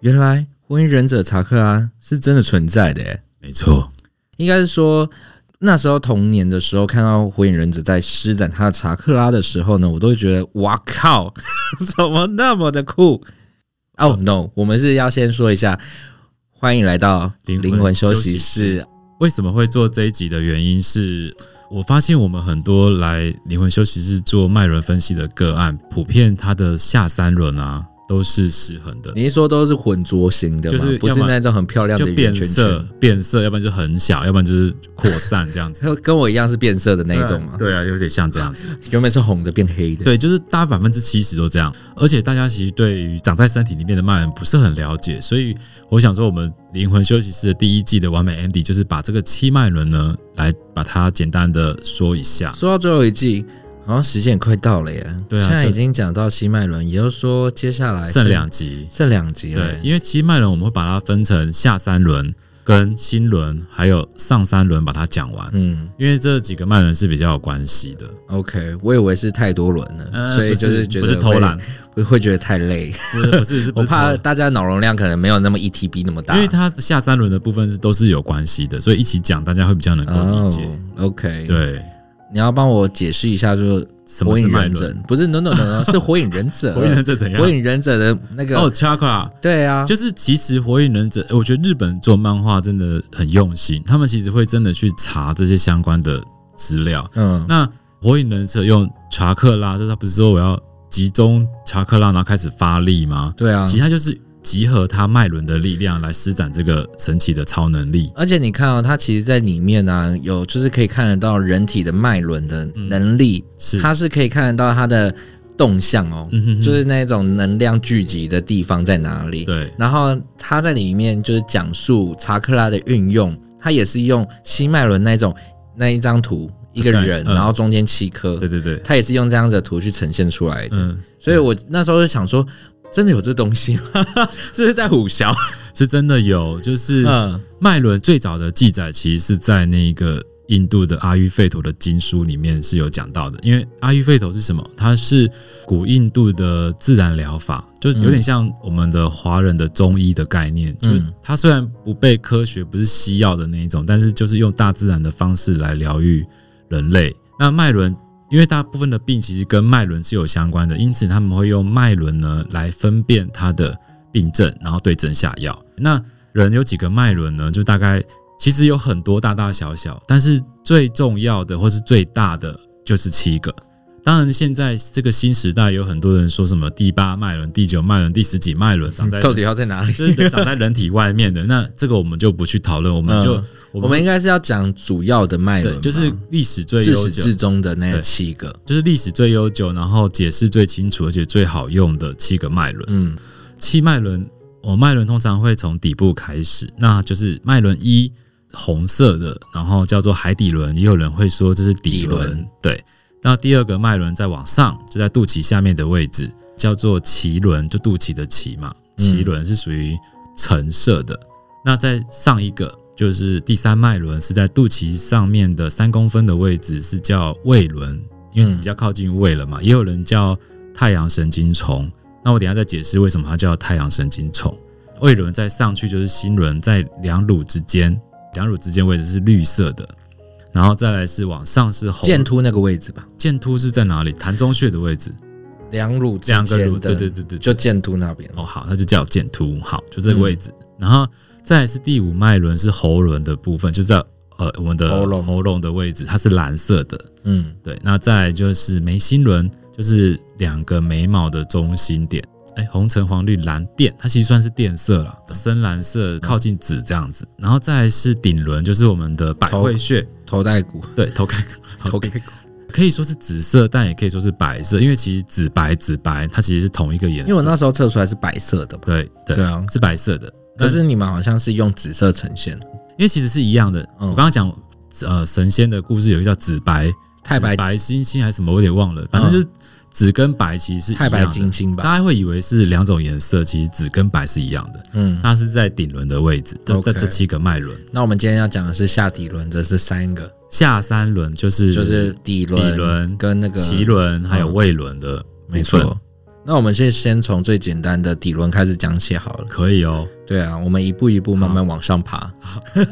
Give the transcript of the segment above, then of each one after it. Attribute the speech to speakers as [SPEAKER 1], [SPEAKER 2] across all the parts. [SPEAKER 1] 原来火影忍者查克拉是真的存在的耶，
[SPEAKER 2] 没错，
[SPEAKER 1] 应该是说那时候童年的时候看到火影忍者在施展他的查克拉的时候呢，我都会觉得哇靠， 怎么那么的酷？哦、no，我
[SPEAKER 2] 嗯
[SPEAKER 1] 们是要先说一下，欢迎来到
[SPEAKER 2] 灵魂
[SPEAKER 1] 灵魂休息
[SPEAKER 2] 休息
[SPEAKER 1] 室
[SPEAKER 2] 室。为什么会做这一集的原因是，我发现我们很多来灵魂休息室做脉轮分析的个案，普遍它的下三轮啊都是失衡的，
[SPEAKER 1] 你是说都是混浊型的吗？
[SPEAKER 2] 就是
[SPEAKER 1] 不是
[SPEAKER 2] 要么
[SPEAKER 1] 那种很漂亮的
[SPEAKER 2] 就
[SPEAKER 1] 圆
[SPEAKER 2] 变
[SPEAKER 1] 圈
[SPEAKER 2] 色
[SPEAKER 1] 圈，
[SPEAKER 2] 变色，要不然就很小，要不然就是扩散这样子。
[SPEAKER 1] 它跟我一样是变色的 那一种吗？
[SPEAKER 2] 对啊，有点像这 样子。
[SPEAKER 1] 原本是红的变黑的。
[SPEAKER 2] 对，就是大家百分之七十都这样，而且大家其实对于长在身体里面的脉轮不是很了解，所以我想说，我们灵魂休息室的第一季的完美 Andy 就是把这个七脉轮呢，来把它简单的说一下。
[SPEAKER 1] 说到最后一季，好像时间也快到了耶。
[SPEAKER 2] 对啊
[SPEAKER 1] 现在
[SPEAKER 2] 这
[SPEAKER 1] 已经讲到西麦伦，也就是说接下来
[SPEAKER 2] 剩两集，
[SPEAKER 1] 剩两集了
[SPEAKER 2] 对，。因为七脉轮我们会把它分成下三轮、跟新轮还有上三轮把它讲完，
[SPEAKER 1] 嗯
[SPEAKER 2] 因为这几个脉轮是比较有关系的，
[SPEAKER 1] ，OK，我以为是太多轮了，
[SPEAKER 2] 呃
[SPEAKER 1] 所以
[SPEAKER 2] 不
[SPEAKER 1] 就是觉得
[SPEAKER 2] 不是偷
[SPEAKER 1] 会
[SPEAKER 2] 懒，，
[SPEAKER 1] 会会觉得太累。
[SPEAKER 2] 不是 不是是不
[SPEAKER 1] 我
[SPEAKER 2] 是偷懒
[SPEAKER 1] 怕大家脑容量可能没有那么一 TB 那么大，
[SPEAKER 2] 因为它下三轮的部分是都是有关系的，所以一起讲大家会比较能够理解。
[SPEAKER 1] 哦，OK，，
[SPEAKER 2] 对，
[SPEAKER 1] 你要帮我解释一下，就是
[SPEAKER 2] 什么
[SPEAKER 1] 火
[SPEAKER 2] 是
[SPEAKER 1] 影
[SPEAKER 2] 脉
[SPEAKER 1] 忍者
[SPEAKER 2] 轮？
[SPEAKER 1] 不是 no no no no，是火影忍者，
[SPEAKER 2] 火影忍者怎样？
[SPEAKER 1] 火影忍者的那个
[SPEAKER 2] 哦，chakra，
[SPEAKER 1] 对啊，
[SPEAKER 2] 就是其实火影忍者，我觉得日本做漫画真的很用心，他们其实会真的去查这些相关的资料。
[SPEAKER 1] 嗯，
[SPEAKER 2] 那火影忍者用查克拉，就是他不是说我要集中查克拉，然后开始发力吗？
[SPEAKER 1] 对啊
[SPEAKER 2] 其，实他就是集合他脉轮的力量来施展这个神奇的超能力。
[SPEAKER 1] 而且你看哦，它其实在里面呢、有就是可以看得到人体的脉轮的能力，
[SPEAKER 2] 是，
[SPEAKER 1] 它是可以看得到它的动向哦，
[SPEAKER 2] 嗯哼哼
[SPEAKER 1] 就是那种能量聚集的地方在哪里。
[SPEAKER 2] 对，
[SPEAKER 1] 然后它在里面就是讲述查克拉的运用，它也是用七脉轮那种那一张图，一个人，
[SPEAKER 2] 嗯
[SPEAKER 1] 然后中间七颗，
[SPEAKER 2] 对对对，
[SPEAKER 1] 它也是用这样子的图去呈现出来的。
[SPEAKER 2] 嗯，
[SPEAKER 1] 所以我那时候就想说，真的有这东西吗？ 这是在虎啸，
[SPEAKER 2] 是真的有， 就是
[SPEAKER 1] 嗯，
[SPEAKER 2] 脉轮最早的记载其实是在那个印度的阿育吠陀的经书里面是有讲到的，因为阿育吠陀是什么？它是古印度的自然疗法，就是有点像我们的华人的中医的概念，就是它虽然不被科学，不是西药的那一种，但是就是用大自然的方式来疗愈人类。那脉轮。因为大部分的病其实跟脉轮是有相关的，因此他们会用脉轮呢来分辨它的病症，然后对症下药。那人有几个脉轮呢？就大概其实有很多大大小小，但是最重要的或是最大的就是七个。当然，现在这个新时代有很多人说什么第八脉轮、第九脉轮、第十几脉轮长
[SPEAKER 1] 嗯
[SPEAKER 2] 在
[SPEAKER 1] 到底要在哪里？
[SPEAKER 2] 就是长在人体外面的，那这个我们就不去讨论，我们就、
[SPEAKER 1] 嗯我们应该是要讲主要的脉轮
[SPEAKER 2] 对
[SPEAKER 1] 吧，
[SPEAKER 2] 就是历史最
[SPEAKER 1] 自
[SPEAKER 2] 悠
[SPEAKER 1] 始
[SPEAKER 2] 久，
[SPEAKER 1] 至终的那
[SPEAKER 2] 对
[SPEAKER 1] 七个。
[SPEAKER 2] 就是历史最悠久，然后解释最清楚，而且最好用的七个脉轮。
[SPEAKER 1] 嗯
[SPEAKER 2] 七脉轮，哦，脉轮通常会从底部开始，那就是脉轮一红色的，然后叫做海底轮，也有人会说这是底轮。
[SPEAKER 1] 底轮
[SPEAKER 2] 对，那第二个脉轮再往上，就在肚脐下面的位置，叫做脐轮，就肚脐的脐嘛，
[SPEAKER 1] 嗯
[SPEAKER 2] 脐轮是属于橙色的。那再上一个就是第三脉轮，是在肚脐上面的三公分的位置，是叫胃轮，因为
[SPEAKER 1] 嗯
[SPEAKER 2] 比较靠近胃了嘛，也有人叫太阳神经丛。那我等一下再解释为什么它叫太阳神经丛。胃轮再上去就是心轮，在两乳之间，两乳之间位置是绿色的，然后再来是往上是红。
[SPEAKER 1] 剑突那个位置吧，
[SPEAKER 2] 剑突是在哪里？痰中穴的位置，
[SPEAKER 1] 两乳之
[SPEAKER 2] 两
[SPEAKER 1] 间的，
[SPEAKER 2] 个乳，对对对对，
[SPEAKER 1] 就剑突那边。
[SPEAKER 2] 哦，好，那就叫简突，好，就
[SPEAKER 1] 嗯
[SPEAKER 2] 这个位置。然后再来是第五脉轮，是喉轮的部分，就在呃我们的
[SPEAKER 1] 喉咙
[SPEAKER 2] 喉咙的位置，它是蓝色的。
[SPEAKER 1] 嗯，
[SPEAKER 2] 对，那再来就是眉心轮，就是两个眉毛的中心点。哎，红橙黄绿蓝靛，它其实算是靛色啦，深蓝色靠近紫这样子。然后再来是顶轮，就是我们的百
[SPEAKER 1] 头
[SPEAKER 2] 会穴，
[SPEAKER 1] 头盖骨，
[SPEAKER 2] 对，头盖
[SPEAKER 1] 头盖骨。
[SPEAKER 2] 可以说是紫色，但也可以说是白色，因为其实紫白紫白它其实是同一个颜色。
[SPEAKER 1] 因为我那时候测出来是白色的吧，
[SPEAKER 2] 对对
[SPEAKER 1] 对啊
[SPEAKER 2] 是白色的，
[SPEAKER 1] 可是你们好像是用紫色呈现，
[SPEAKER 2] 因为其实是一样的。
[SPEAKER 1] 嗯
[SPEAKER 2] 我刚刚讲呃神仙的故事，有一个叫紫白
[SPEAKER 1] 太白嗯
[SPEAKER 2] 紫白金星还是什么，我有点忘了，反正就是紫跟白其实是一
[SPEAKER 1] 太
[SPEAKER 2] 样的
[SPEAKER 1] 白金星吧？
[SPEAKER 2] 大家会以为是两种颜色，其实紫跟白是一样的。
[SPEAKER 1] 嗯，
[SPEAKER 2] 它是在顶轮的位置，就在
[SPEAKER 1] OK
[SPEAKER 2] 这七个脉轮，
[SPEAKER 1] 那我们今天要讲的是下底轮，这是三个，
[SPEAKER 2] 下三轮就是
[SPEAKER 1] 就是底轮、
[SPEAKER 2] 底轮
[SPEAKER 1] 跟那个
[SPEAKER 2] 脐轮还有
[SPEAKER 1] 嗯
[SPEAKER 2] 胃轮的部分。
[SPEAKER 1] 没错。那我们先先从最简单的底轮开始讲起好了。
[SPEAKER 2] 可以哦。
[SPEAKER 1] 对啊，我们一步一步慢慢往上爬。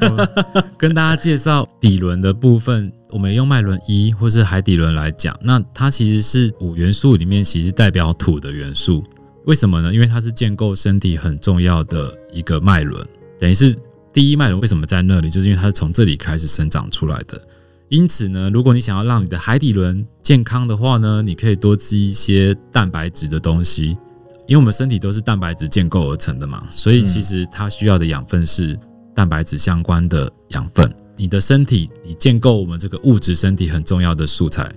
[SPEAKER 2] 我跟大家介绍底轮的部分，我们用脉轮一或是海底轮来讲，那它其实是五元素里面其实代表土的元素。为什么呢？因为它是建构身体很重要的一个脉轮，等于是第一脉轮为什么在那里，就是因为它是从这里开始生长出来的。因此呢，如果你想要让你的海底轮健康的话呢，你可以多吃一些蛋白质的东西，因为我们身体都是蛋白质建构而成的嘛，所以其实它需要的养分是蛋白质相关的养分。你的身体，你建构我们这个物质身体很重要的素材。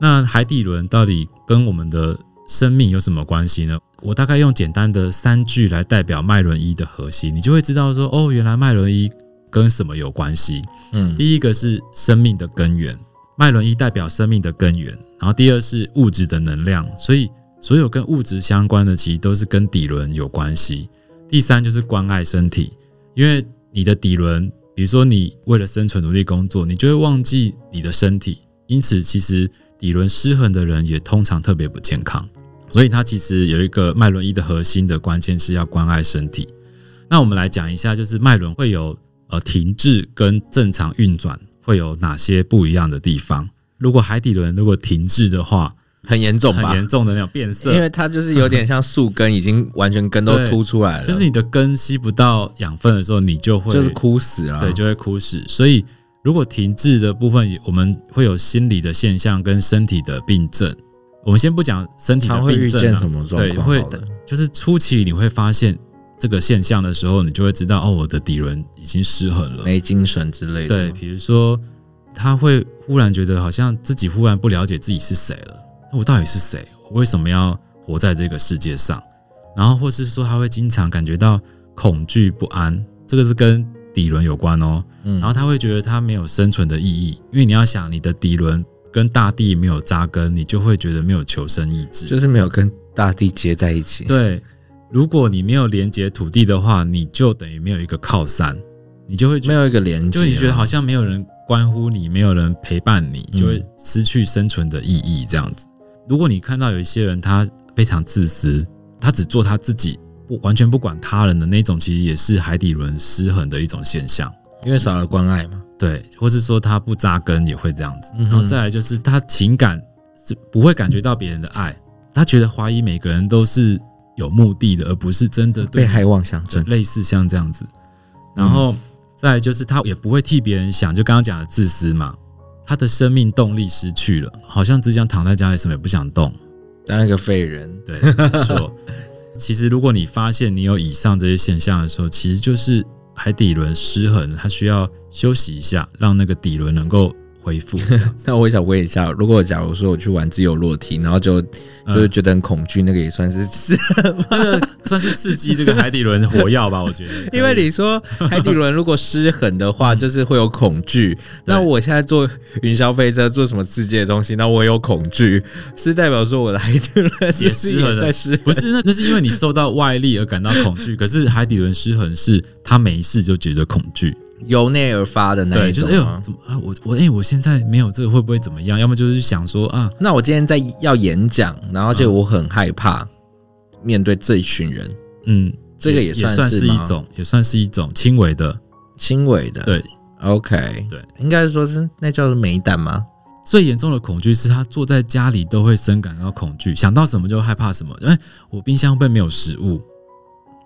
[SPEAKER 2] 那海底轮到底跟我们的生命有什么关系呢？我大概用简单的三句来代表脉轮一的核心，你就会知道说，哦，原来脉轮一跟什么有关系。
[SPEAKER 1] 嗯
[SPEAKER 2] 第一个是生命的根源，脉轮一代表生命的根源，然后第二是物质的能量，所以所有跟物质相关的其实都是跟底轮有关系。第三就是关爱身体，因为你的底轮，比如说你为了生存努力工作，你就会忘记你的身体，因此其实底轮失衡的人也通常特别不健康。所以它其实有一个脉轮一的核心的关键是要关爱身体。那我们来讲一下，就是脉轮会有呃停滞跟正常运转会有哪些不一样的地方？如果海底轮如果停滞的话，
[SPEAKER 1] 很严重
[SPEAKER 2] 很
[SPEAKER 1] 吧？
[SPEAKER 2] 严重的那种变色，
[SPEAKER 1] 因为它就是有点像树根，已经完全根都
[SPEAKER 2] 对
[SPEAKER 1] 凸出来了，
[SPEAKER 2] 就是你的根吸不到养分的时候，你就会
[SPEAKER 1] 就是枯啊死了。
[SPEAKER 2] 对，就会枯死。所以如果停滞的部分，我们会有心理的现象跟身体的病症。我们先不讲身体的
[SPEAKER 1] 常会
[SPEAKER 2] 病
[SPEAKER 1] 遇
[SPEAKER 2] 症、啊，
[SPEAKER 1] 见什么状
[SPEAKER 2] 对，
[SPEAKER 1] 况？
[SPEAKER 2] 会
[SPEAKER 1] 好的
[SPEAKER 2] 就是初期你会发现这个现象的时候，你就会知道哦，我的底轮已经失衡了。
[SPEAKER 1] 没精神之类的
[SPEAKER 2] 对，。比如说他会忽然觉得好像自己忽然不了解自己是谁了，我到底是谁？我为什么要活在这个世界上？然后或是说他会经常感觉到恐惧不安，这个是跟底轮有关哦。
[SPEAKER 1] 嗯
[SPEAKER 2] 然后他会觉得他没有生存的意义，因为你要想你的底轮跟大地没有扎根，你就会觉得没有求生意志。
[SPEAKER 1] 就是没有跟大地接在一起。
[SPEAKER 2] 对，如果你没有连接土地的话，你就等于没有一个靠山，你就会觉
[SPEAKER 1] 没
[SPEAKER 2] 得，
[SPEAKER 1] 有一个连接啊
[SPEAKER 2] 就
[SPEAKER 1] 啦，
[SPEAKER 2] 你觉得好像没有人关乎你，没有人陪伴你，
[SPEAKER 1] 嗯
[SPEAKER 2] 就会失去生存的意义。这样子，如果你看到有一些人他非常自私，他只做他自己，不完全不管他人的那种，其实也是海底轮失衡的一种现象。
[SPEAKER 1] 因为少了关爱嘛。
[SPEAKER 2] 对，或是说他不扎根也会这样子。
[SPEAKER 1] 嗯哼
[SPEAKER 2] 然后再来就是他情感是不会感觉到别人的爱，他觉得怀疑每个人都是有目的的，而不是真的对
[SPEAKER 1] 被
[SPEAKER 2] 你
[SPEAKER 1] 害妄想症，
[SPEAKER 2] 类似像这样子。然后再来就是他也不会替别人想，就刚刚讲的自私嘛，他的生命动力失去了，好像只想躺在家里，什么也不想动。
[SPEAKER 1] 当一个废人，
[SPEAKER 2] 对，没错。其实，如果你发现你有以上这些现象的时候，其实就是海底轮失衡，它需要休息一下，让那个底轮能够恢 复。这样子
[SPEAKER 1] 那我想问一下，如果假如说我去玩自由落体，然后就
[SPEAKER 2] 嗯
[SPEAKER 1] 就是觉得很恐惧，那个也算是是，
[SPEAKER 2] 那个算是刺激这个海底轮火药吧，我觉得。
[SPEAKER 1] 因为你说海底轮如果失衡的
[SPEAKER 2] 嗯
[SPEAKER 1] 话，就是会有恐惧。那我现在坐云霄飞车，做什么刺激的东西，那我有恐惧，是代表说我的海底轮是不是
[SPEAKER 2] 也失衡
[SPEAKER 1] 也
[SPEAKER 2] 了
[SPEAKER 1] 在失
[SPEAKER 2] 不是那那是因为你受到外力而感到恐惧，可是海底轮失衡是他没事就觉得恐惧，
[SPEAKER 1] 由内而发的那
[SPEAKER 2] 对，
[SPEAKER 1] 一
[SPEAKER 2] 就
[SPEAKER 1] 种
[SPEAKER 2] 是哎呦
[SPEAKER 1] 吗。
[SPEAKER 2] 怎么啊我我哎、我现在没有这个会不会怎么样？要么就是想说啊，
[SPEAKER 1] 那我今天在要演讲，然后就我很害怕面对这一群人，
[SPEAKER 2] 嗯，
[SPEAKER 1] 这个
[SPEAKER 2] 也
[SPEAKER 1] 算
[SPEAKER 2] 算
[SPEAKER 1] 是
[SPEAKER 2] 是一
[SPEAKER 1] 吗
[SPEAKER 2] 种，也算是一种轻微的，
[SPEAKER 1] 轻微的，
[SPEAKER 2] 对，
[SPEAKER 1] ，OK，
[SPEAKER 2] 对，
[SPEAKER 1] 应该说是那叫做美胆吗？
[SPEAKER 2] 最严重的恐惧是他坐在家里都会深感到恐惧，想到什么就害怕什么。哎、我冰箱会不会没有食物？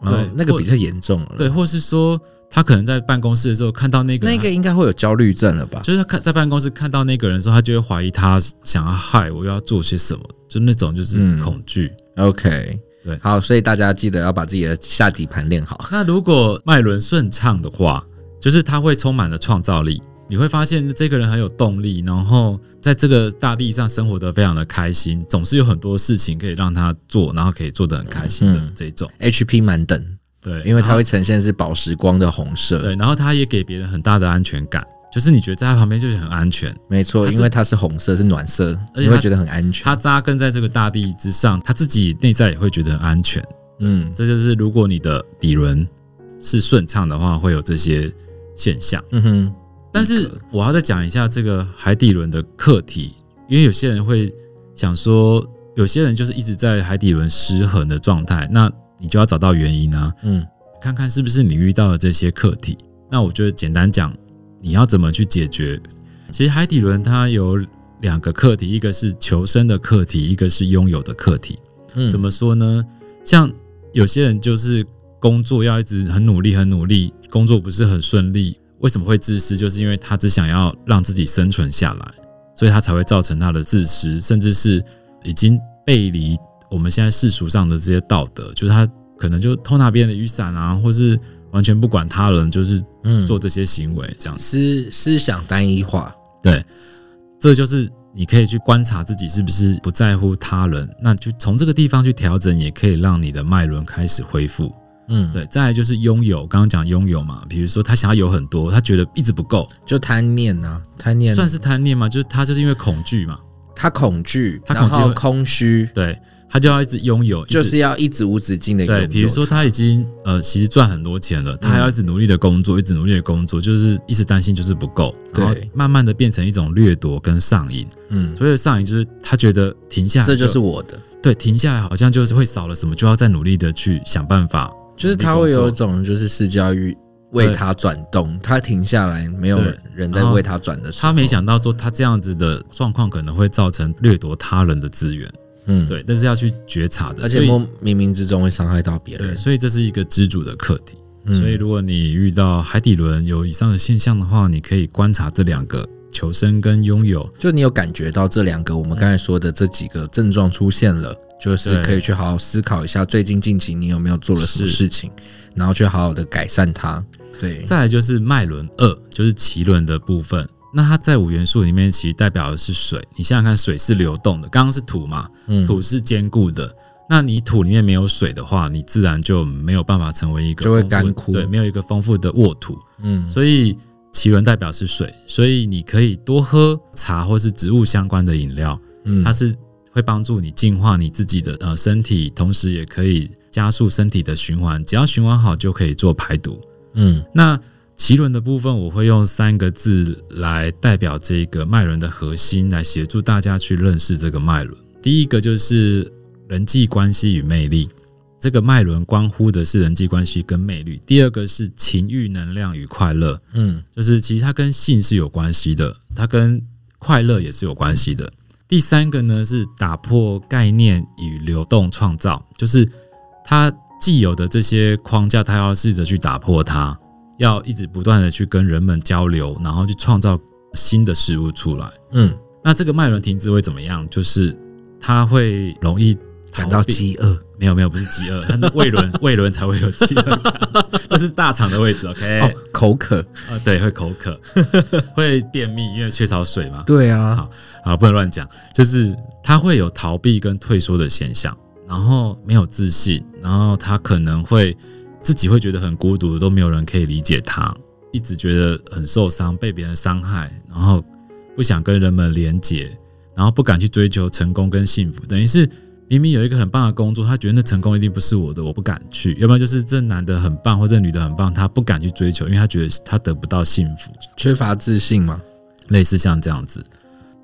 [SPEAKER 2] 对
[SPEAKER 1] 哦，那个比较严重了。
[SPEAKER 2] 对，，或是说他可能在办公室的时候看到那个
[SPEAKER 1] 那
[SPEAKER 2] 人，
[SPEAKER 1] 个应该会有焦虑症了吧？
[SPEAKER 2] 就是他看在办公室看到那个人的时候，他就会怀疑他想要害我，又要做些什么，就那种就是
[SPEAKER 1] 嗯
[SPEAKER 2] 恐惧。
[SPEAKER 1] OK，
[SPEAKER 2] 对
[SPEAKER 1] 好，所以大家记得要把自己的下底盘练好。
[SPEAKER 2] 那如果脉轮顺畅的话，就是他会充满了创造力。你会发现这个人很有动力，然后在这个大地上生活得非常的开心，总是有很多事情可以让他做，然后可以做得很开心的
[SPEAKER 1] 嗯
[SPEAKER 2] 这种。
[SPEAKER 1] HP 满等，
[SPEAKER 2] 对，
[SPEAKER 1] 因为它
[SPEAKER 2] 然后
[SPEAKER 1] 会呈现是宝石光的红色，
[SPEAKER 2] 对，然后他也给别人很大的安全感，就是你觉得在他旁边就是很安全，
[SPEAKER 1] 没错，
[SPEAKER 2] 它是
[SPEAKER 1] 因为它是红色，是暖色，
[SPEAKER 2] 而且
[SPEAKER 1] 你
[SPEAKER 2] 它
[SPEAKER 1] 会觉得很安全。
[SPEAKER 2] 他扎根在这个大地之上，他自己内在也会觉得很安全。
[SPEAKER 1] 嗯
[SPEAKER 2] 这就是如果你的底轮是顺畅的话，会有这些现象。
[SPEAKER 1] 嗯哼，
[SPEAKER 2] 但是我要再讲一下这个海底轮的课题，因为有些人会想说，有些人就是一直在海底轮失衡的状态，那你就要找到原因啊，
[SPEAKER 1] 嗯
[SPEAKER 2] 看看是不是你遇到了这些课题。那我觉得简单讲，你要怎么去解决？其实海底轮它有两个课题，一个是求生的课题，一个是拥有的课题。
[SPEAKER 1] 嗯，
[SPEAKER 2] 怎么说呢？像有些人就是工作要一直很努力，很努力，工作不是很顺利，为什么会自私？就是因为他只想要让自己生存下来，所以他才会造成他的自私，甚至是已经背离我们现在世俗上的这些道德，就是他可能就偷拿别人的雨伞啊，或是完全不管他人，就是
[SPEAKER 1] 嗯
[SPEAKER 2] 做这些行为这样子。
[SPEAKER 1] 思思想单一化？
[SPEAKER 2] 对，这就是你可以去观察自己是不是不在乎他人，那就从这个地方去调整，也可以让你的脉轮开始恢复。
[SPEAKER 1] 嗯，，
[SPEAKER 2] 对，再来就是拥有，刚刚讲拥有嘛，比如说他想要有很多，他觉得一直不够，
[SPEAKER 1] 就贪念啊，贪念
[SPEAKER 2] 算是贪念嘛，就是他就是因为恐惧嘛，
[SPEAKER 1] 他恐惧，
[SPEAKER 2] 他
[SPEAKER 1] 然
[SPEAKER 2] 恐惧
[SPEAKER 1] 后
[SPEAKER 2] 会
[SPEAKER 1] 空虚，
[SPEAKER 2] 对他就要一直拥有，一直
[SPEAKER 1] 就是要一直嗯无止境的
[SPEAKER 2] 对，比如说他已经呃，其实赚很多钱了，他还要一直努力的工作，一直努力的工作，就是一直担心就是不够，然后
[SPEAKER 1] 对
[SPEAKER 2] 慢慢的变成一种掠夺跟上瘾。
[SPEAKER 1] 嗯，
[SPEAKER 2] 所谓的上瘾就是他觉得停下来，
[SPEAKER 1] 这就是我的，
[SPEAKER 2] 对，停下来好像就是会少了什么，就要再努力的去想办法。
[SPEAKER 1] 就是他会有一种就是世教育为他转动，他停下来，没有
[SPEAKER 2] 对
[SPEAKER 1] 人在
[SPEAKER 2] 然后
[SPEAKER 1] 为他转的时候，
[SPEAKER 2] 他没，想到说他这样子的状况可能会造成掠夺他人的资源，
[SPEAKER 1] 嗯，，
[SPEAKER 2] 对，但是要去觉察的，
[SPEAKER 1] 而且
[SPEAKER 2] 所以
[SPEAKER 1] 莫冥冥之中会伤害到别
[SPEAKER 2] 对，
[SPEAKER 1] 人，
[SPEAKER 2] 所以这是一个知主的课题。
[SPEAKER 1] 嗯
[SPEAKER 2] 所以如果你遇到海底轮有以上的现象的话，你可以观察这两个求生跟拥有。
[SPEAKER 1] 就你有感觉到这两个我们刚才说的这几个症状出现了，就是
[SPEAKER 2] 嗯对
[SPEAKER 1] 可以去好好思考一下，最近近期你有没有做了什么
[SPEAKER 2] 是
[SPEAKER 1] 事情，然后去好好的改善它。对，
[SPEAKER 2] 再来就是脉轮二，就是脐轮的部分。那它在五元素里面其实代表的是水，你想想看，水是流动的，刚刚是土嘛，
[SPEAKER 1] 嗯
[SPEAKER 2] 土是坚固的。那你土里面没有水的话，你自然就没有办法成为一个
[SPEAKER 1] 就会
[SPEAKER 2] 丰富
[SPEAKER 1] 干枯
[SPEAKER 2] 对，没有一个丰富的沃土。
[SPEAKER 1] 嗯
[SPEAKER 2] 所以脐轮代表是水，所以你可以多喝茶或是植物相关的饮料，
[SPEAKER 1] 嗯
[SPEAKER 2] 它是会帮助你净化你自己的呃身体，同时也可以加速身体的循环。只要循环好，就可以做排毒。
[SPEAKER 1] 嗯
[SPEAKER 2] 那脐轮的部分，我会用三个字来代表这个脉轮的核心，来协助大家去认识这个脉轮。第一个就是人际关系与魅力，这个脉轮关乎的是人际关系跟魅力。第二个是情欲能量与快乐，
[SPEAKER 1] 嗯
[SPEAKER 2] 就是其实它跟性是有关系的，它跟快乐也是有关系的。第三个呢是打破概念与流动创造，就是它既有的这些框架，它要试着去打破它，要一直不断的去跟人们交流，然后去创造新的事物出来。
[SPEAKER 1] 嗯，
[SPEAKER 2] 那这个脉轮停滞会怎么样？就是它会容易逃
[SPEAKER 1] 感
[SPEAKER 2] 避
[SPEAKER 1] 到饥饿
[SPEAKER 2] 没有没有不是饥饿，它是 胃轮胃轮才会有饥饿感，这是大肠的位置。OK，、
[SPEAKER 1] 哦，口渴，
[SPEAKER 2] 啊，对，会口渴， 会便秘，因为缺少水嘛。
[SPEAKER 1] 对啊，
[SPEAKER 2] 啊，不能乱讲，就是他会有逃避跟退缩的现象，然后没有自信，然后他可能会自己会觉得很孤独，都没有人可以理解他，一直觉得很受伤，被别人伤害，然后不想跟人们连结，然后不敢去追求成功跟幸福，等于是。明明有一个很棒的工作，他觉得那成功一定不是我的，我不敢去。要不然就是这男的很棒，或者这女的很棒，他不敢去追求，因为他觉得他得不到幸福。
[SPEAKER 1] 缺乏自信嘛，
[SPEAKER 2] 类似像这样子，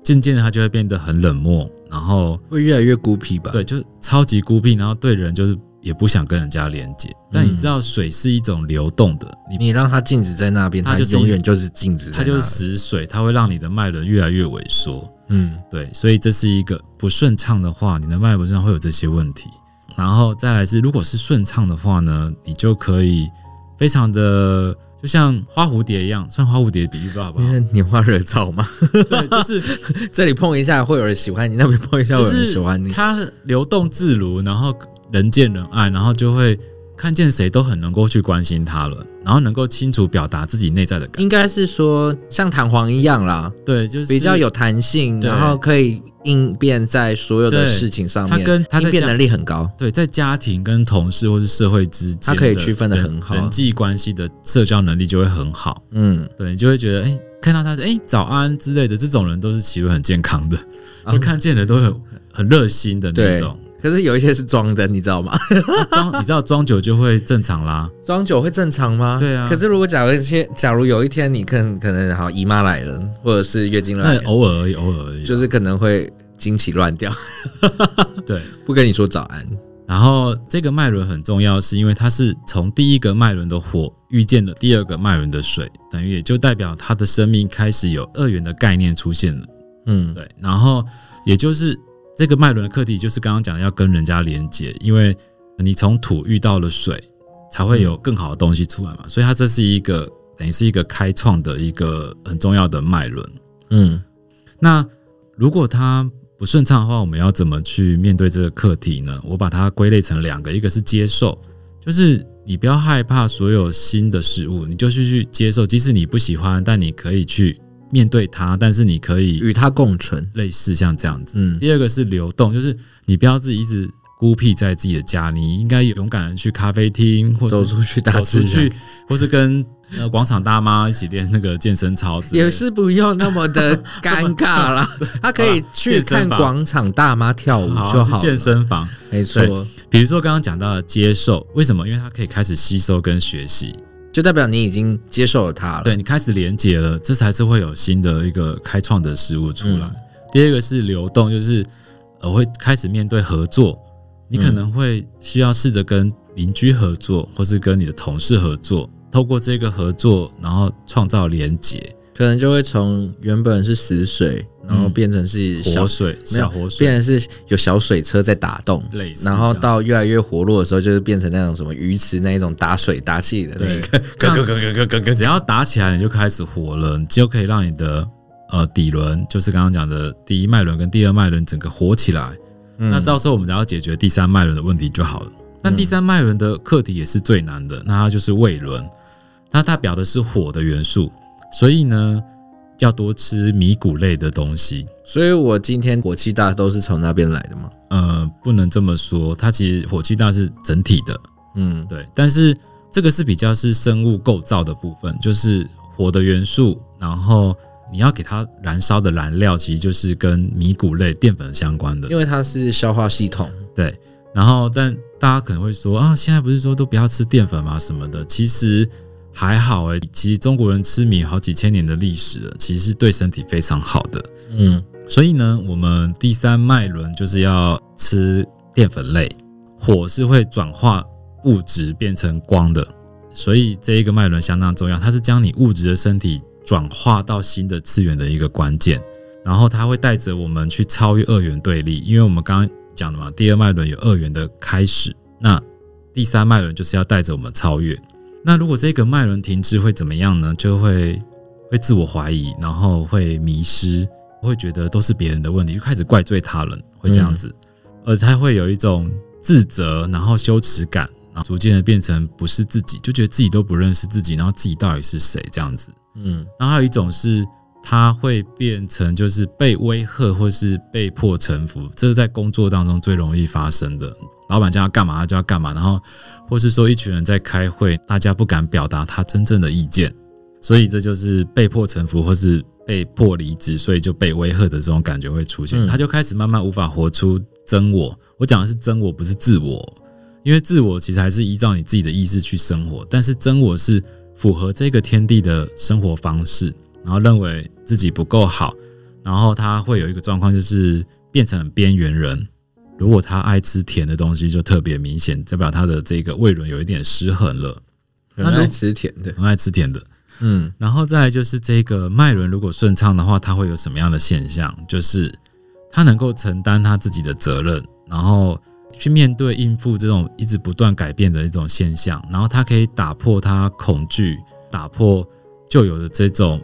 [SPEAKER 2] 渐渐的他就会变得很冷漠，然后
[SPEAKER 1] 会越来越孤僻吧？
[SPEAKER 2] 对，就超级孤僻，然后对人就是也不想跟人家连接。但你知道，水是一种流动的，你
[SPEAKER 1] 你让它静止在那边，
[SPEAKER 2] 它
[SPEAKER 1] 它
[SPEAKER 2] 就是
[SPEAKER 1] 永远就是静止在
[SPEAKER 2] 它
[SPEAKER 1] 那里，
[SPEAKER 2] 就是死水，它会让你的脉轮越来越萎缩。
[SPEAKER 1] 嗯
[SPEAKER 2] 对，所以这是一个不顺畅的话，你的脉轮上会有这些问题。然后再来是，如果是顺畅的话呢，你就可以非常的就像花蝴蝶一样，算花蝴蝶比喻吧，好不好
[SPEAKER 1] 因？为拈花惹草嘛，
[SPEAKER 2] 对，就是
[SPEAKER 1] 这里碰一下会有人喜欢你，那边碰一下会有
[SPEAKER 2] 就
[SPEAKER 1] 人
[SPEAKER 2] 是
[SPEAKER 1] 喜欢你，
[SPEAKER 2] 它流动自如，然后人见人爱，然后就会看见谁都很能够去关心他了，然后能够清楚表达自己内在的感
[SPEAKER 1] 应该是说像弹簧一样啦，
[SPEAKER 2] 对，就是
[SPEAKER 1] 比较有弹性，
[SPEAKER 2] 对
[SPEAKER 1] 然后可以应变在所有的
[SPEAKER 2] 对
[SPEAKER 1] 事情上
[SPEAKER 2] 他
[SPEAKER 1] 面，
[SPEAKER 2] 跟他在
[SPEAKER 1] 应变
[SPEAKER 2] 家
[SPEAKER 1] 能力很高。
[SPEAKER 2] 对，在家庭跟同事或是社会之
[SPEAKER 1] 它
[SPEAKER 2] 间的人，
[SPEAKER 1] 可以区分得很好
[SPEAKER 2] 人际关系的社交能力就会很好。
[SPEAKER 1] 嗯，
[SPEAKER 2] 对，你就会觉得，哎、看到他是哎、早安之类的，这种人都是其实很健 康的，就看见人都很很热心的那
[SPEAKER 1] 对
[SPEAKER 2] 种。
[SPEAKER 1] 可是有一些是装的，你知道吗？
[SPEAKER 2] 那装你知道装久就会正常啦，
[SPEAKER 1] 装久会正常吗？
[SPEAKER 2] 对啊
[SPEAKER 1] 可是如果假如一些，假如有一天你可能可能好姨妈来了，或者是月经来
[SPEAKER 2] 那
[SPEAKER 1] 了，
[SPEAKER 2] 偶尔而已，偶尔而已啦。
[SPEAKER 1] 就是可能会惊起乱掉，
[SPEAKER 2] 对，
[SPEAKER 1] 不跟你说早安。
[SPEAKER 2] 然后这个脉轮很重要，是因为它是从第一个脉轮的火遇见了第二个脉轮的水，等于也就代表他的生命开始有二元的概念出现了。
[SPEAKER 1] 嗯，
[SPEAKER 2] 对，然后也就是这个脉轮的课题，就是刚刚讲的要跟人家连接，因为你从土遇到了水，才会有更好的东西出来嘛。所以它这是一个等于是一个开创的一个很重要的脉轮。
[SPEAKER 1] 嗯，
[SPEAKER 2] 那如果它不顺畅的话，我们要怎么去面对这个课题呢？我把它归类成两个，一个是接受，就是你不要害怕所有新的事物，你就去去接受，即使你不喜欢，但你可以去面对它，但是你可以
[SPEAKER 1] 与它共存。
[SPEAKER 2] 类似像这样子。
[SPEAKER 1] 嗯
[SPEAKER 2] 第二个是流动，就是你不要自己一直孤僻在自己的家，你应该勇敢的去咖啡厅，或者
[SPEAKER 1] 走出去大自
[SPEAKER 2] 出
[SPEAKER 1] 然
[SPEAKER 2] 去，或是跟呃广场大妈一起练那个健身操之类的
[SPEAKER 1] 也是不用那么 的尴尬啦，他可以去看广场大妈跳舞
[SPEAKER 2] 好
[SPEAKER 1] 就
[SPEAKER 2] 去
[SPEAKER 1] 好了。
[SPEAKER 2] 健身房。
[SPEAKER 1] 没错
[SPEAKER 2] 对，比如说刚刚讲到的接受，为什么？因为它可以开始吸收跟学习，
[SPEAKER 1] 就代表你已经接受了它了。
[SPEAKER 2] 对你开始连接了，这才是会有新的一个开创的事物出来。
[SPEAKER 1] 嗯
[SPEAKER 2] 第二个是流动，就是呃会开始面对合作，你可能会需要试着跟邻居合作，或是跟你的同事合作，透过这个合作，然后创造连接，
[SPEAKER 1] 可能就会从原本是死水，然后变成是小、
[SPEAKER 2] 嗯活水
[SPEAKER 1] 没
[SPEAKER 2] 小
[SPEAKER 1] 有
[SPEAKER 2] 活水
[SPEAKER 1] 变成是有小水车在打洞，
[SPEAKER 2] 类似这
[SPEAKER 1] 然
[SPEAKER 2] 样，
[SPEAKER 1] 后到越来越活络的时候，就是变成那种什么鱼池那一种打水打气的那
[SPEAKER 2] 对
[SPEAKER 1] 个，
[SPEAKER 2] 这样只要打起来，你就开始活了，你就可以让你的呃底轮，就是刚刚讲的第一脉轮跟第二脉轮整个活起来。
[SPEAKER 1] 嗯
[SPEAKER 2] 那到时候我们只要解决第三脉轮的问题就好了。但第三脉轮的课题也是最难的，那它就是胃轮，那代表的是火的元素，所以呢，要多吃米谷类的东西。
[SPEAKER 1] 所以我今天火气大都是从那边来的嘛。
[SPEAKER 2] 呃，不能这么说，它其实火气大是整体的，
[SPEAKER 1] 嗯
[SPEAKER 2] 对，但是这个是比较是生物构造的部分，就是火的元素，然后你要给它燃烧的燃料，其实就是跟米谷类淀粉相关的
[SPEAKER 1] 因。为它是消化系统，
[SPEAKER 2] 对，然后但大家可能会说啊，现在不是说都不要吃淀粉吗？什么的，其实还好诶、其实中国人吃米有好几千年的历史了，其实是对身体非常好的。
[SPEAKER 1] 嗯
[SPEAKER 2] 所以呢，我们第三脉轮就是要吃淀粉类，火是会转化物质变成光的，所以这一个脉轮相当重要，它是将你物质的身体转化到新的次元的一个关键。然后它会带着我们去超越二元对立，因为我们刚刚讲的嘛，第二脉轮有二元的开始，那第三脉轮就是要带着我们超越。那如果这个脉轮停滞会怎么样呢？就会会自我怀疑，然后会迷失，会觉得都是别人的问题，就开始怪罪他人，会这样子，而他会有一种自责，然后羞耻感，然后逐渐的变成不是自己，就觉得自己都不认识自己，然后自己到底是谁这样子。
[SPEAKER 1] 嗯，
[SPEAKER 2] 然后还有一种是他会变成就是被威吓或是被迫臣服，这是在工作当中最容易发生的。老板叫他干嘛，他就要干嘛，然后或是说一群人在开会，大家不敢表达他真正的意见，所以这就是被迫臣服或是被迫离职，所以就被威吓的这种感觉会出现。
[SPEAKER 1] 嗯
[SPEAKER 2] 他就开始慢慢无法活出真我。我讲的是真我，不是自我，因为自我其实还是依照你自己的意识去生活，但是真我是符合这个天地的生活方式，然后认为自己不够好，然后他会有一个状况就是变成很边缘人。如果他爱吃甜的东西，就特别明显，代表他的这个胃轮有一点失衡了，
[SPEAKER 1] 很
[SPEAKER 2] 那如
[SPEAKER 1] 爱吃甜的，
[SPEAKER 2] 很爱吃甜的。
[SPEAKER 1] 嗯
[SPEAKER 2] 然后再来就是这个脉轮如果顺畅的话，它会有什么样的现象？就是他能够承担他自己的责任，然后去面对应付这种一直不断改变的一种现象，然后他可以打破他恐惧，打破旧有的这种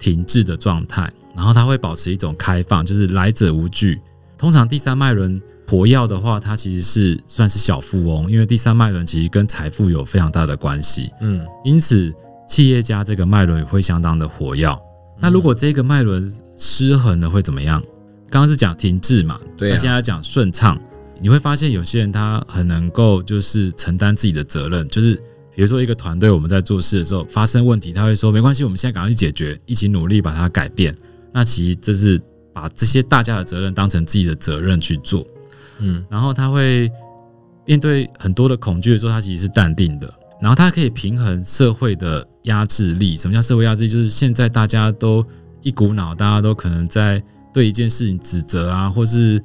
[SPEAKER 2] 停滞的状态，然后他会保持一种开放，就是来者无拒。通常第三脉轮活药的话，它其实是算是小富翁，因为第三脉轮其实跟财富有非常大的关系。
[SPEAKER 1] 嗯，
[SPEAKER 2] 因此，企业家这个脉轮也会相当的活
[SPEAKER 1] 嗯
[SPEAKER 2] 跃。那如果这个脉轮失衡了，会怎么样？刚刚是讲停滞嘛，
[SPEAKER 1] 对啊
[SPEAKER 2] 那现在讲顺畅，你会发现有些人他很能够就是承担自己的责任，就是比如说一个团队我们在做事的时候发生问题，他会说没关系，我们现在赶快去解决，一起努力把它改变。那其实这是把这些大家的责任当成自己的责任去做。
[SPEAKER 1] 嗯，
[SPEAKER 2] 然后他会面对很多的恐惧的时候，他其实是淡定的。然后他可以平衡社会的压制力。什么叫社会压制力？就是现在大家都一股脑，大家都可能在对一件事情指责啊，或是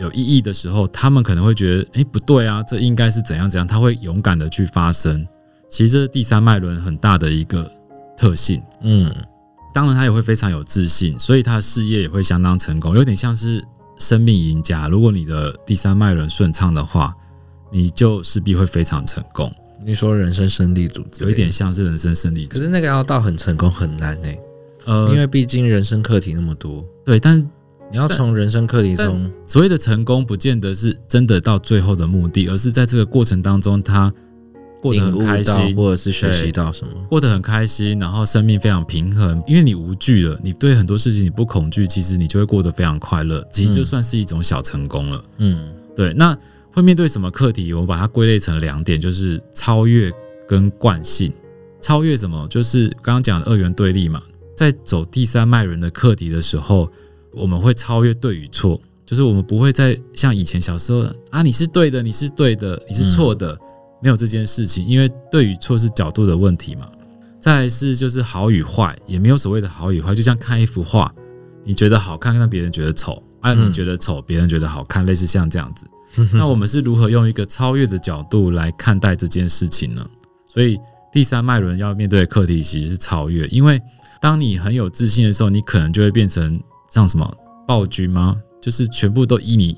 [SPEAKER 2] 有异议的时候，他们可能会觉得，哎、不对啊，这应该是怎样怎样，他会勇敢的去发声。其实这是第三脉轮很大的一个特性。
[SPEAKER 1] 嗯，
[SPEAKER 2] 当然他也会非常有自信，所以他的事业也会相当成功，有点像是生命赢家。如果你的第三脉轮顺畅的话，你就势必会非常成功，
[SPEAKER 1] 你说人生胜利组之
[SPEAKER 2] 有
[SPEAKER 1] 类
[SPEAKER 2] 一
[SPEAKER 1] 的
[SPEAKER 2] 点，像是人生胜利
[SPEAKER 1] 可
[SPEAKER 2] 组。
[SPEAKER 1] 是那个要到很成功很难呢、因
[SPEAKER 2] 呃，
[SPEAKER 1] 为毕竟人生课题那么多，
[SPEAKER 2] 对，但是
[SPEAKER 1] 你要从人生课题中，
[SPEAKER 2] 所谓的成功，不见得是真的到最后的目的，而是在这个过程当中，他过得
[SPEAKER 1] 领
[SPEAKER 2] 很
[SPEAKER 1] 悟
[SPEAKER 2] 开
[SPEAKER 1] 到
[SPEAKER 2] 心，
[SPEAKER 1] 或者是学习到什么。
[SPEAKER 2] 过得很开心，然后生命非常平衡，因为你无惧了，你对很多事情你不恐惧，其实你就会过得非常快乐，其实就
[SPEAKER 1] 嗯
[SPEAKER 2] 算是一种小成功了。
[SPEAKER 1] 嗯
[SPEAKER 2] 对，那会面对什么课题？我把它归类成两点，就是超越跟惯性。超越什么？就是刚刚讲的二元对立嘛。在走第三脉轮的课题的时候，我们会超越对与错，就是我们不会再像以前小时候啊，你是对的，你是对的，你是错的，没有这件事情，因为对与错是角度的问题嘛。再来是就是好与坏，也没有所谓的好与坏，就像看一幅画，你觉得好看，但别人觉得丑；啊，
[SPEAKER 1] 嗯
[SPEAKER 2] 你觉得丑，别人觉得好看，类似像这样子。那我们是如何用一个超越的角度来看待这件事情呢？所以第三脉轮要面对的课题其实是超越，因为当你很有自信的时候，你可能就会变成像什么暴君吗？就是全部都以你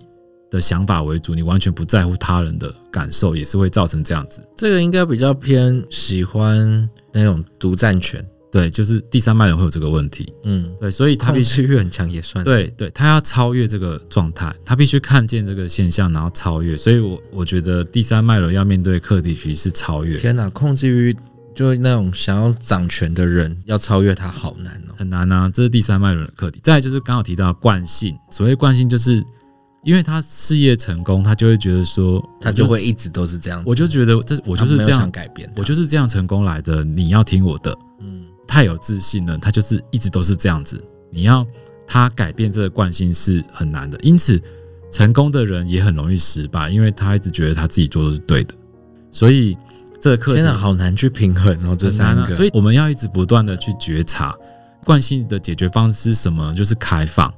[SPEAKER 2] 的想法为主，你完全不在乎他人的感受，也是会造成这样子。
[SPEAKER 1] 这个应该比较偏喜欢那种独占权，
[SPEAKER 2] 对，就是第三脉轮会有这个问题。
[SPEAKER 1] 嗯，
[SPEAKER 2] 对，所以他
[SPEAKER 1] 控
[SPEAKER 2] 必须
[SPEAKER 1] 制欲很强也算。，
[SPEAKER 2] 对对，他要超越这个状态，他必须看见这个现象，然后超越。所以我我觉得第三脉轮要面对的课题其实是超越。
[SPEAKER 1] 天哪，控制欲就是那种想要掌权的人，要超越他好难哦。
[SPEAKER 2] 很难啊，这是第三脉轮的课题。再来就是刚好提到的惯性，所谓惯性就是，因为他事业成功，他就会觉得说，
[SPEAKER 1] 他就会一直都是这样子。
[SPEAKER 2] 我就，我就觉得这我就是这样，
[SPEAKER 1] 改变他，
[SPEAKER 2] 我就是这样成功来的，你要听我的。
[SPEAKER 1] 嗯
[SPEAKER 2] 太有自信了，他就是一直都是这样子。你要他改变这个惯性是很难的，因此成功的人也很容易失败，因为他一直觉得他自己做的是对的，所以这个课题
[SPEAKER 1] 天哪，啊好难去平衡哦，这
[SPEAKER 2] 很难
[SPEAKER 1] 三
[SPEAKER 2] 啊
[SPEAKER 1] 个。
[SPEAKER 2] 所
[SPEAKER 1] 以，
[SPEAKER 2] 以我们要一直不断的去觉察惯性的解决方式是什么，就是开放。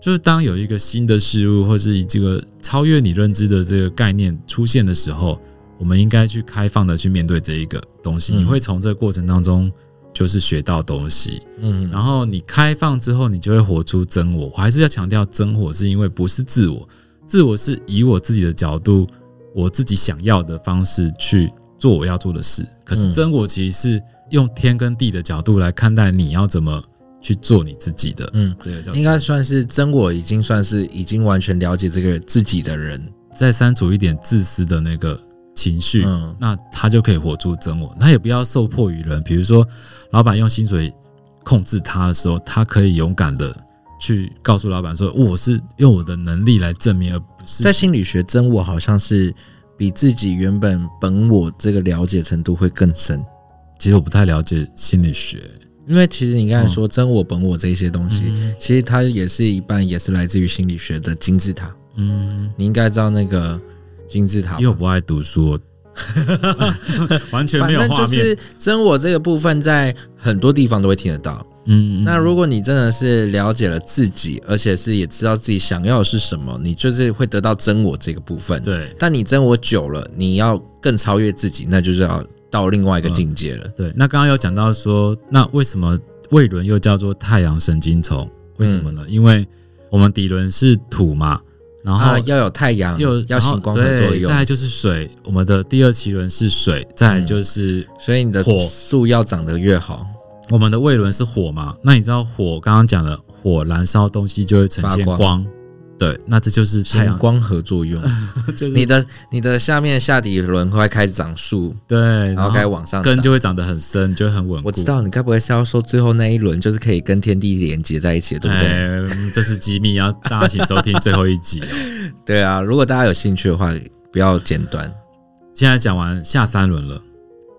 [SPEAKER 2] 就是当有一个新的事物或是这个超越你认知的这个概念出现的时候，我们应该去开放的去面对这一个东西。
[SPEAKER 1] 嗯
[SPEAKER 2] 你会从这个过程当中就是学到东西，
[SPEAKER 1] 嗯，
[SPEAKER 2] 然后你开放之后，你就会活出真我。我还是要强调真我，是因为不是自我，自我是以我自己的角度，我自己想要的方式去做我要做的事。可是
[SPEAKER 1] 嗯
[SPEAKER 2] 真我其实是用天跟地的角度来看待你要怎么去做你自己的。
[SPEAKER 1] 嗯，
[SPEAKER 2] 这个叫
[SPEAKER 1] 应该算是真我已经算是已经完全了解这个自己的人，
[SPEAKER 2] 再删除一点自私的那个情绪，
[SPEAKER 1] 嗯
[SPEAKER 2] 那他就可以活出真我。他也不要受迫于人，比如说老板用薪水控制他的时候，他可以勇敢的去告诉老板说：“我是用我的能力来证明，而不是
[SPEAKER 1] 在心理学，真我好像是比自己原本本我这个了解程度会更深，
[SPEAKER 2] 其实我不太了解心理学，
[SPEAKER 1] 因为其实你刚才说真我、本我这些东西，其实它也是一半也是来自于心理学的金字塔。
[SPEAKER 2] 嗯，
[SPEAKER 1] 你应该知道那个金字塔吧，
[SPEAKER 2] 因为我不爱读书，我 完全
[SPEAKER 1] 反
[SPEAKER 2] 没有
[SPEAKER 1] 正
[SPEAKER 2] 画
[SPEAKER 1] 就
[SPEAKER 2] 面。
[SPEAKER 1] 是真我这个部分，在很多地方都会听得到。
[SPEAKER 2] 嗯，
[SPEAKER 1] 那如果你真的是了解了自己，而且是也知道自己想要的是什么，你就是会得到真我这个部分。，
[SPEAKER 2] 对
[SPEAKER 1] 但你真我久了，你要更超越自己，那就是要到另外一个境界了。
[SPEAKER 2] 对，那刚刚有讲到说，那为什么胃轮又叫做太阳神经虫？为什么
[SPEAKER 1] 嗯
[SPEAKER 2] 呢？因为我们底轮是土嘛，然后
[SPEAKER 1] 啊，要有太阳，
[SPEAKER 2] 又
[SPEAKER 1] 要
[SPEAKER 2] 然后
[SPEAKER 1] 星光的作
[SPEAKER 2] 对再
[SPEAKER 1] 用，
[SPEAKER 2] 来就是水，我们的第二脐轮是水，再
[SPEAKER 1] 嗯
[SPEAKER 2] 来就是、
[SPEAKER 1] 所以你的
[SPEAKER 2] 火
[SPEAKER 1] 树要长得越好，
[SPEAKER 2] 我们的胃轮是火嘛。那你知道火刚刚讲的火燃烧东西就会呈现
[SPEAKER 1] 发光
[SPEAKER 2] 对，那这就是太
[SPEAKER 1] 星
[SPEAKER 2] 阳，
[SPEAKER 1] 光合作用。
[SPEAKER 2] 就是
[SPEAKER 1] 你的你的下面下底轮会开始长树，
[SPEAKER 2] 对，然
[SPEAKER 1] 然后
[SPEAKER 2] 后
[SPEAKER 1] 该往上长
[SPEAKER 2] 根。嗯就会长得很深，就会很稳固。
[SPEAKER 1] 我知道你该不会是要说最后那一轮就是可以跟天地连接在一起，对不对？
[SPEAKER 2] 哎，这是机密，要大家请收听最后一集哦。
[SPEAKER 1] 对啊，如果大家有兴趣的话，不要剪短。
[SPEAKER 2] 现在讲完下三轮了，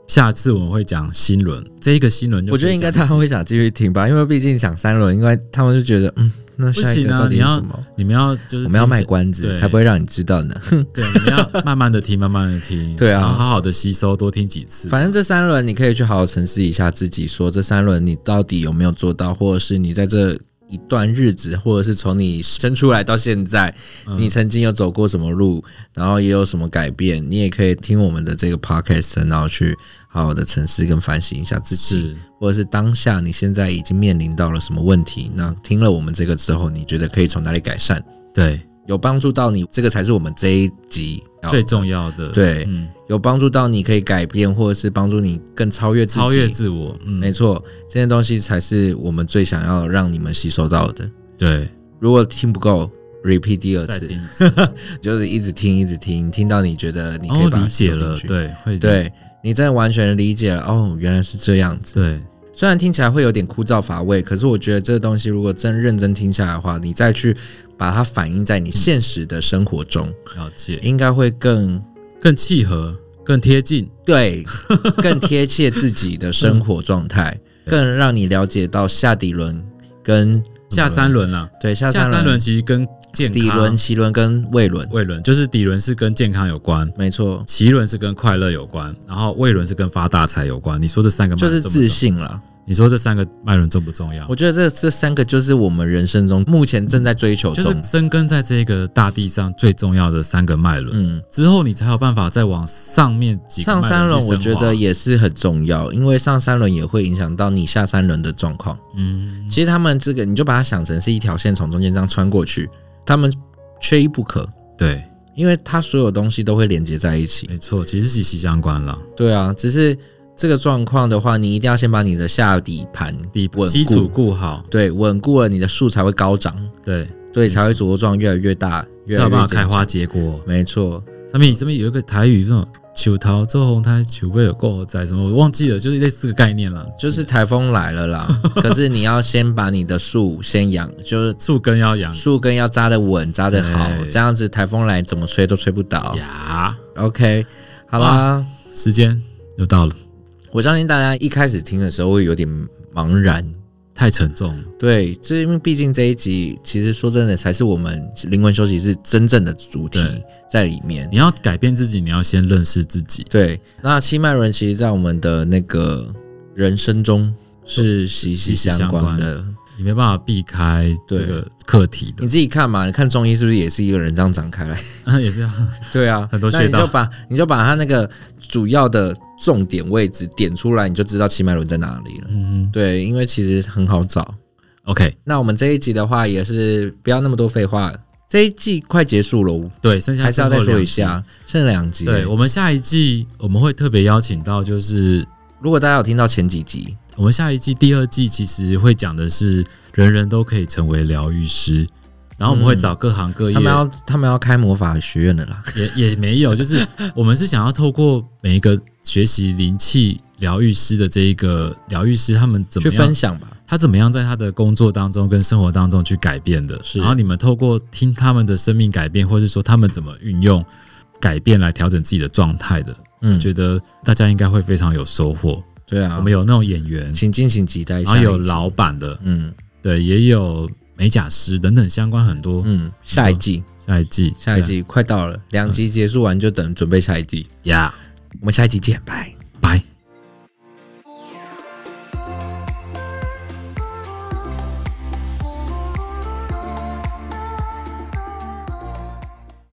[SPEAKER 2] 下次我们会讲新轮。这一个新轮就
[SPEAKER 1] 我觉得应该
[SPEAKER 2] 可以
[SPEAKER 1] 他
[SPEAKER 2] 讲
[SPEAKER 1] 们会想继续听吧，因为毕竟想三轮，因为他们就觉得嗯，那下一
[SPEAKER 2] 不行
[SPEAKER 1] 个
[SPEAKER 2] 啊
[SPEAKER 1] 到底是什么？
[SPEAKER 2] 你们要就是
[SPEAKER 1] 我们要
[SPEAKER 2] 听
[SPEAKER 1] 卖
[SPEAKER 2] 这
[SPEAKER 1] 关子，
[SPEAKER 2] 对
[SPEAKER 1] 才不会让你知道呢。
[SPEAKER 2] 对，你要慢慢的听，慢慢的 听，
[SPEAKER 1] 对啊
[SPEAKER 2] 然后好好的吸收，多听几次。
[SPEAKER 1] 反正这三轮你可以去好好沉思一下自己，说这三轮你到底有没有做到，或者是你在这一段日子，或者是从你生出来到现在，
[SPEAKER 2] 嗯
[SPEAKER 1] 你曾经有走过什么路，然后也有什么改变，你也可以听我们的这个 podcast，然后去好好的沉思跟反省一下自己，
[SPEAKER 2] 是
[SPEAKER 1] 或者是当下你现在已经面临到了什么问题。那听了我们这个之后，你觉得可以从哪里改善，
[SPEAKER 2] 对
[SPEAKER 1] 有帮助到你，这个才是我们这一集要
[SPEAKER 2] 最重要的，
[SPEAKER 1] 对
[SPEAKER 2] 嗯，
[SPEAKER 1] 有帮助到你可以改变，或者是帮助你更超越自己。
[SPEAKER 2] 超越自我，嗯，
[SPEAKER 1] 没错，这些东西才是我们最想要让你们吸收到的。
[SPEAKER 2] 对，
[SPEAKER 1] 如果听不够，repeat 第二
[SPEAKER 2] 再
[SPEAKER 1] 次
[SPEAKER 2] 听，一次，
[SPEAKER 1] 就是一直听，一直听，听到你觉得你可以
[SPEAKER 2] 哦，
[SPEAKER 1] 把它
[SPEAKER 2] 理解
[SPEAKER 1] 吸收进
[SPEAKER 2] 了，
[SPEAKER 1] 去，
[SPEAKER 2] 对，会理
[SPEAKER 1] 对你真的完全理解了。哦，原来是这样子。
[SPEAKER 2] 对，
[SPEAKER 1] 虽然听起来会有点枯燥乏味，可是我觉得这个东西如果真认真听下来的话，你再去把它反映在你现实的生活中，
[SPEAKER 2] 了解，
[SPEAKER 1] 应该会更
[SPEAKER 2] 更契合，更贴近，
[SPEAKER 1] 对，更贴切自己的生活状态，更让你了解到下底轮跟
[SPEAKER 2] 下三轮啦，
[SPEAKER 1] 对下
[SPEAKER 2] 下
[SPEAKER 1] 三
[SPEAKER 2] 三轮
[SPEAKER 1] 轮、
[SPEAKER 2] 其实跟健康、
[SPEAKER 1] 底轮、脐轮跟胃轮，
[SPEAKER 2] 胃轮，就是底轮是跟健康有关，
[SPEAKER 1] 没错，
[SPEAKER 2] 脐轮是跟快乐有关，然后胃轮是跟发大财有关。你说这三个脉
[SPEAKER 1] 就
[SPEAKER 2] 轮
[SPEAKER 1] 是
[SPEAKER 2] 重不重
[SPEAKER 1] 自信了。
[SPEAKER 2] 你说这三个脉轮重不重要
[SPEAKER 1] 我？觉得这这三个就是我们人生中目前正在追求
[SPEAKER 2] 就
[SPEAKER 1] 中
[SPEAKER 2] 是，生根在这个大地上最重要的三个脉轮，
[SPEAKER 1] 嗯，
[SPEAKER 2] 之后你才有办法再往上面几个
[SPEAKER 1] 上
[SPEAKER 2] 脉
[SPEAKER 1] 三轮
[SPEAKER 2] 去
[SPEAKER 1] 我
[SPEAKER 2] 升
[SPEAKER 1] 觉
[SPEAKER 2] 华
[SPEAKER 1] 得，也是很重要，因为上三轮也会影响到你下三轮的状况。
[SPEAKER 2] 嗯，
[SPEAKER 1] 其实他们这个你就把它想成是一条线从中间这样穿过去，他们缺一不可，
[SPEAKER 2] 对，
[SPEAKER 1] 因为它所有东西都会连接在一起。
[SPEAKER 2] 没错，其实息息相关了。
[SPEAKER 1] 对啊，只是这个状况的话，你一定要先把你的下底盘
[SPEAKER 2] 底
[SPEAKER 1] 稳固
[SPEAKER 2] 基础顾好，
[SPEAKER 1] 对稳固了，你的树才会高长，
[SPEAKER 2] 对，
[SPEAKER 1] 对，才会茁壮越来越大，越
[SPEAKER 2] 才
[SPEAKER 1] 来越
[SPEAKER 2] 有办法开
[SPEAKER 1] 健
[SPEAKER 2] 花
[SPEAKER 1] 壮。
[SPEAKER 2] 结果。
[SPEAKER 1] 没错，
[SPEAKER 2] 上面这边有一个台语那种“求桃周红胎，求贝有够仔”什么，我忘记了，就是类似的概念啦，
[SPEAKER 1] 就是台风来了 啦，可是你要先把你的树先养，就是
[SPEAKER 2] 树根要养
[SPEAKER 1] 树根要扎得稳，扎得好，
[SPEAKER 2] 对
[SPEAKER 1] 这样子台风来怎么吹都吹不倒。
[SPEAKER 2] 呀。
[SPEAKER 1] OK，好啦，
[SPEAKER 2] 时间又到了，
[SPEAKER 1] 我相信大家一开始听的时候会有点茫然，
[SPEAKER 2] 太沉重了。
[SPEAKER 1] 对，这因为毕竟这一集其实说真的才是我们灵魂休息是真正的主题
[SPEAKER 2] 对
[SPEAKER 1] 在里面。
[SPEAKER 2] 你要改变自己，你要先认识自己。
[SPEAKER 1] 对，那七脉轮其实，在我们的那个人生中是息息相关的。
[SPEAKER 2] 你没办法避开这个课题的
[SPEAKER 1] 你，自己看嘛，你看中医是不是也是一个人这样展开来？
[SPEAKER 2] 啊，也是要
[SPEAKER 1] 对啊，
[SPEAKER 2] 很多
[SPEAKER 1] 那
[SPEAKER 2] 穴
[SPEAKER 1] 你
[SPEAKER 2] 道
[SPEAKER 1] 就把你就把它那个主要的重点位置点出来，你就知道七脉轮在哪里了。
[SPEAKER 2] 嗯
[SPEAKER 1] 对，因为其实很好找。
[SPEAKER 2] ，OK，
[SPEAKER 1] 那我们这一集的话，也是不要那么多废话，这一季快结束了，
[SPEAKER 2] 对，剩下
[SPEAKER 1] 还是要再
[SPEAKER 2] 最后
[SPEAKER 1] 说
[SPEAKER 2] 两
[SPEAKER 1] 一
[SPEAKER 2] 集。
[SPEAKER 1] 下，剩两集。
[SPEAKER 2] 对我们下一季，我们会特别邀请到，就是
[SPEAKER 1] 如果大家有听到前几集，
[SPEAKER 2] 我们下一季第二季其实会讲的是人人都可以成为疗愈师，然后我们会找各行各业
[SPEAKER 1] 他，们要他们要开魔法学院的啦。
[SPEAKER 2] 也也没有，就是我们是想要透过每一个学习灵气疗愈师的这一个疗愈师，他们怎
[SPEAKER 1] 去
[SPEAKER 2] 么样
[SPEAKER 1] 分享吧。
[SPEAKER 2] 他怎么样在他的工作当中跟生活当中去改变的，
[SPEAKER 1] 是
[SPEAKER 2] 然后你们透过听他们的生命改变，或是说他们怎么运用改变来调整自己的状态的，
[SPEAKER 1] 嗯
[SPEAKER 2] 我觉得大家应该会非常有收获。
[SPEAKER 1] 对啊，
[SPEAKER 2] 我们有那种演员，
[SPEAKER 1] 请敬请期待
[SPEAKER 2] 然后
[SPEAKER 1] 下一
[SPEAKER 2] 有
[SPEAKER 1] 集，
[SPEAKER 2] 老板的，
[SPEAKER 1] 嗯
[SPEAKER 2] 对，也有美甲师等等相关很多。
[SPEAKER 1] 嗯，下一季，
[SPEAKER 2] 下一季，
[SPEAKER 1] 下一季快到了，两集结束完就等准备下一季，
[SPEAKER 2] 呀
[SPEAKER 1] 我们下一集见，拜。